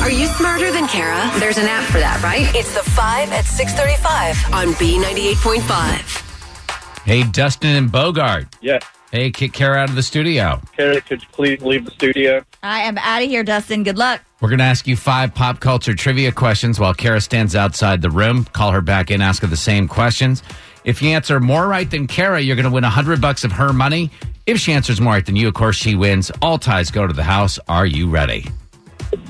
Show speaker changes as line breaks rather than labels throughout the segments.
Are you smarter than Kara? There's an app for that, right?
It's the 5 at 635.
On B98.5.
Hey, Dustin and Bogart.
Yeah.
Hey, kick Kara out of the studio.
Kara, could you please leave the studio?
I am out of here, Dustin. Good luck.
We're going to ask you five pop culture trivia questions while Kara stands outside the room. Call her back in, ask her the same questions. If you answer more right than Kara, you're going to win 100 bucks of her money. If she answers more right than you, of course, she wins. All ties go to the house. Are you ready?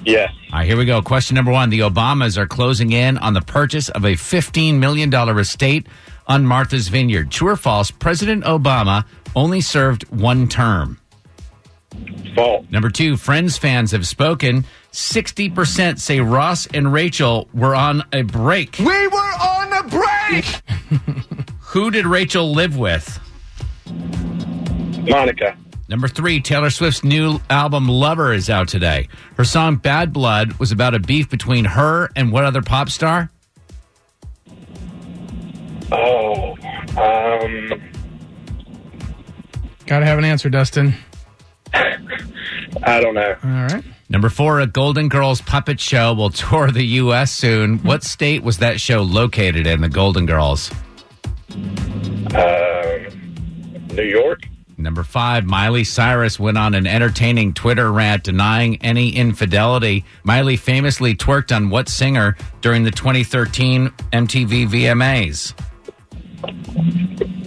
Yes.
All right, here we go. Question number one The Obamas are closing in on the purchase of a $15 million estate on Martha's Vineyard. True or false? President Obama only served one term.
Fault.
Number two, Friends fans have spoken. 60% say Ross and Rachel were on a break. We were on a break! Who did Rachel live with?
Monica.
Number three, Taylor Swift's new album Lover is out today. Her song Bad Blood was about a beef between her and what other pop star?
Oh. Um.
Gotta have an answer, Dustin.
I don't know.
All right.
Number four, a Golden Girls puppet show will tour the U.S. soon. What state was that show located in, the Golden Girls?
New York.
Number five, Miley Cyrus went on an entertaining Twitter rant denying any infidelity. Miley famously twerked on what singer during the 2013 MTV VMAs?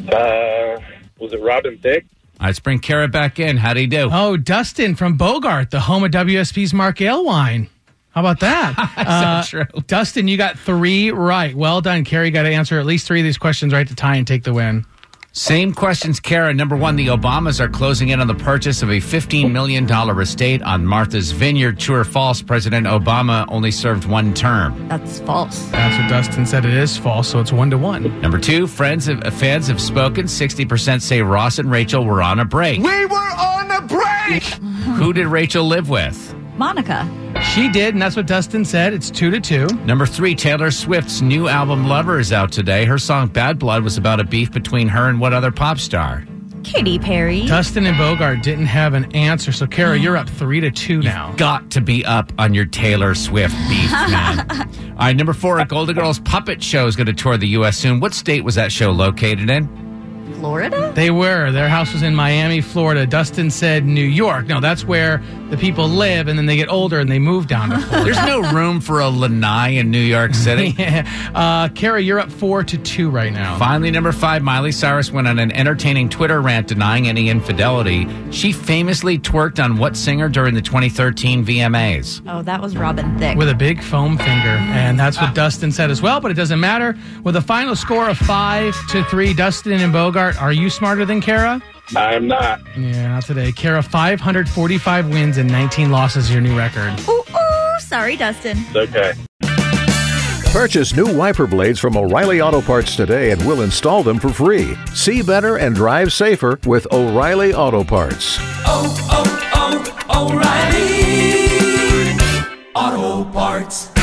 Uh, was it Robin Thicke?
All right, let's bring Kara back in. How'd he do?
Oh, Dustin from Bogart, the home of WSP's Mark Ale wine. How about that? Uh,
That's not true.
Dustin, you got three right. Well done. Carrie got to answer at least three of these questions right to tie and take the win.
Same questions, Kara. Number one, the Obamas are closing in on the purchase of a $15 million estate on Martha's Vineyard. True or false, President Obama only served one term.
That's false.
That's what Dustin said. It is false, so it's one to one.
Number two, friends have, fans have spoken. 60% say Ross and Rachel were on a break. We were on a break! Who did Rachel live with?
Monica.
She did, and that's what Dustin said. It's two to two.
Number three, Taylor Swift's new album Lover is out today. Her song Bad Blood was about a beef between her and what other pop star?
Katy Perry.
Dustin and Bogart didn't have an answer, so Kara, you're up three to two now.
Got to be up on your Taylor Swift beef, man. All right, number four, a Golden Girls puppet show is going to tour the U.S. soon. What state was that show located in?
Florida?
They were. Their house was in Miami, Florida. Dustin said New York. No, that's where the people live, and then they get older and they move down to Florida.
There's no room for a lanai in New York City.
uh, Kara, you're up four to two right now.
Finally, number five, Miley Cyrus went on an entertaining Twitter rant denying any infidelity. She famously twerked on what singer during the 2013 VMAs?
Oh, that was Robin Thicke.
With a big foam finger, and that's what Dustin said as well. But it doesn't matter. With a final score of five to three, Dustin and Bogart, are you smarter than Kara?
I am not.
Yeah, not today. Kara, 545 wins and 19 losses, your new record.
ooh, ooh, sorry, Dustin.
It's okay.
Purchase new wiper blades from O'Reilly Auto Parts today and we'll install them for free. See better and drive safer with O'Reilly Auto Parts.
oh, oh, O'Reilly. Auto Parts.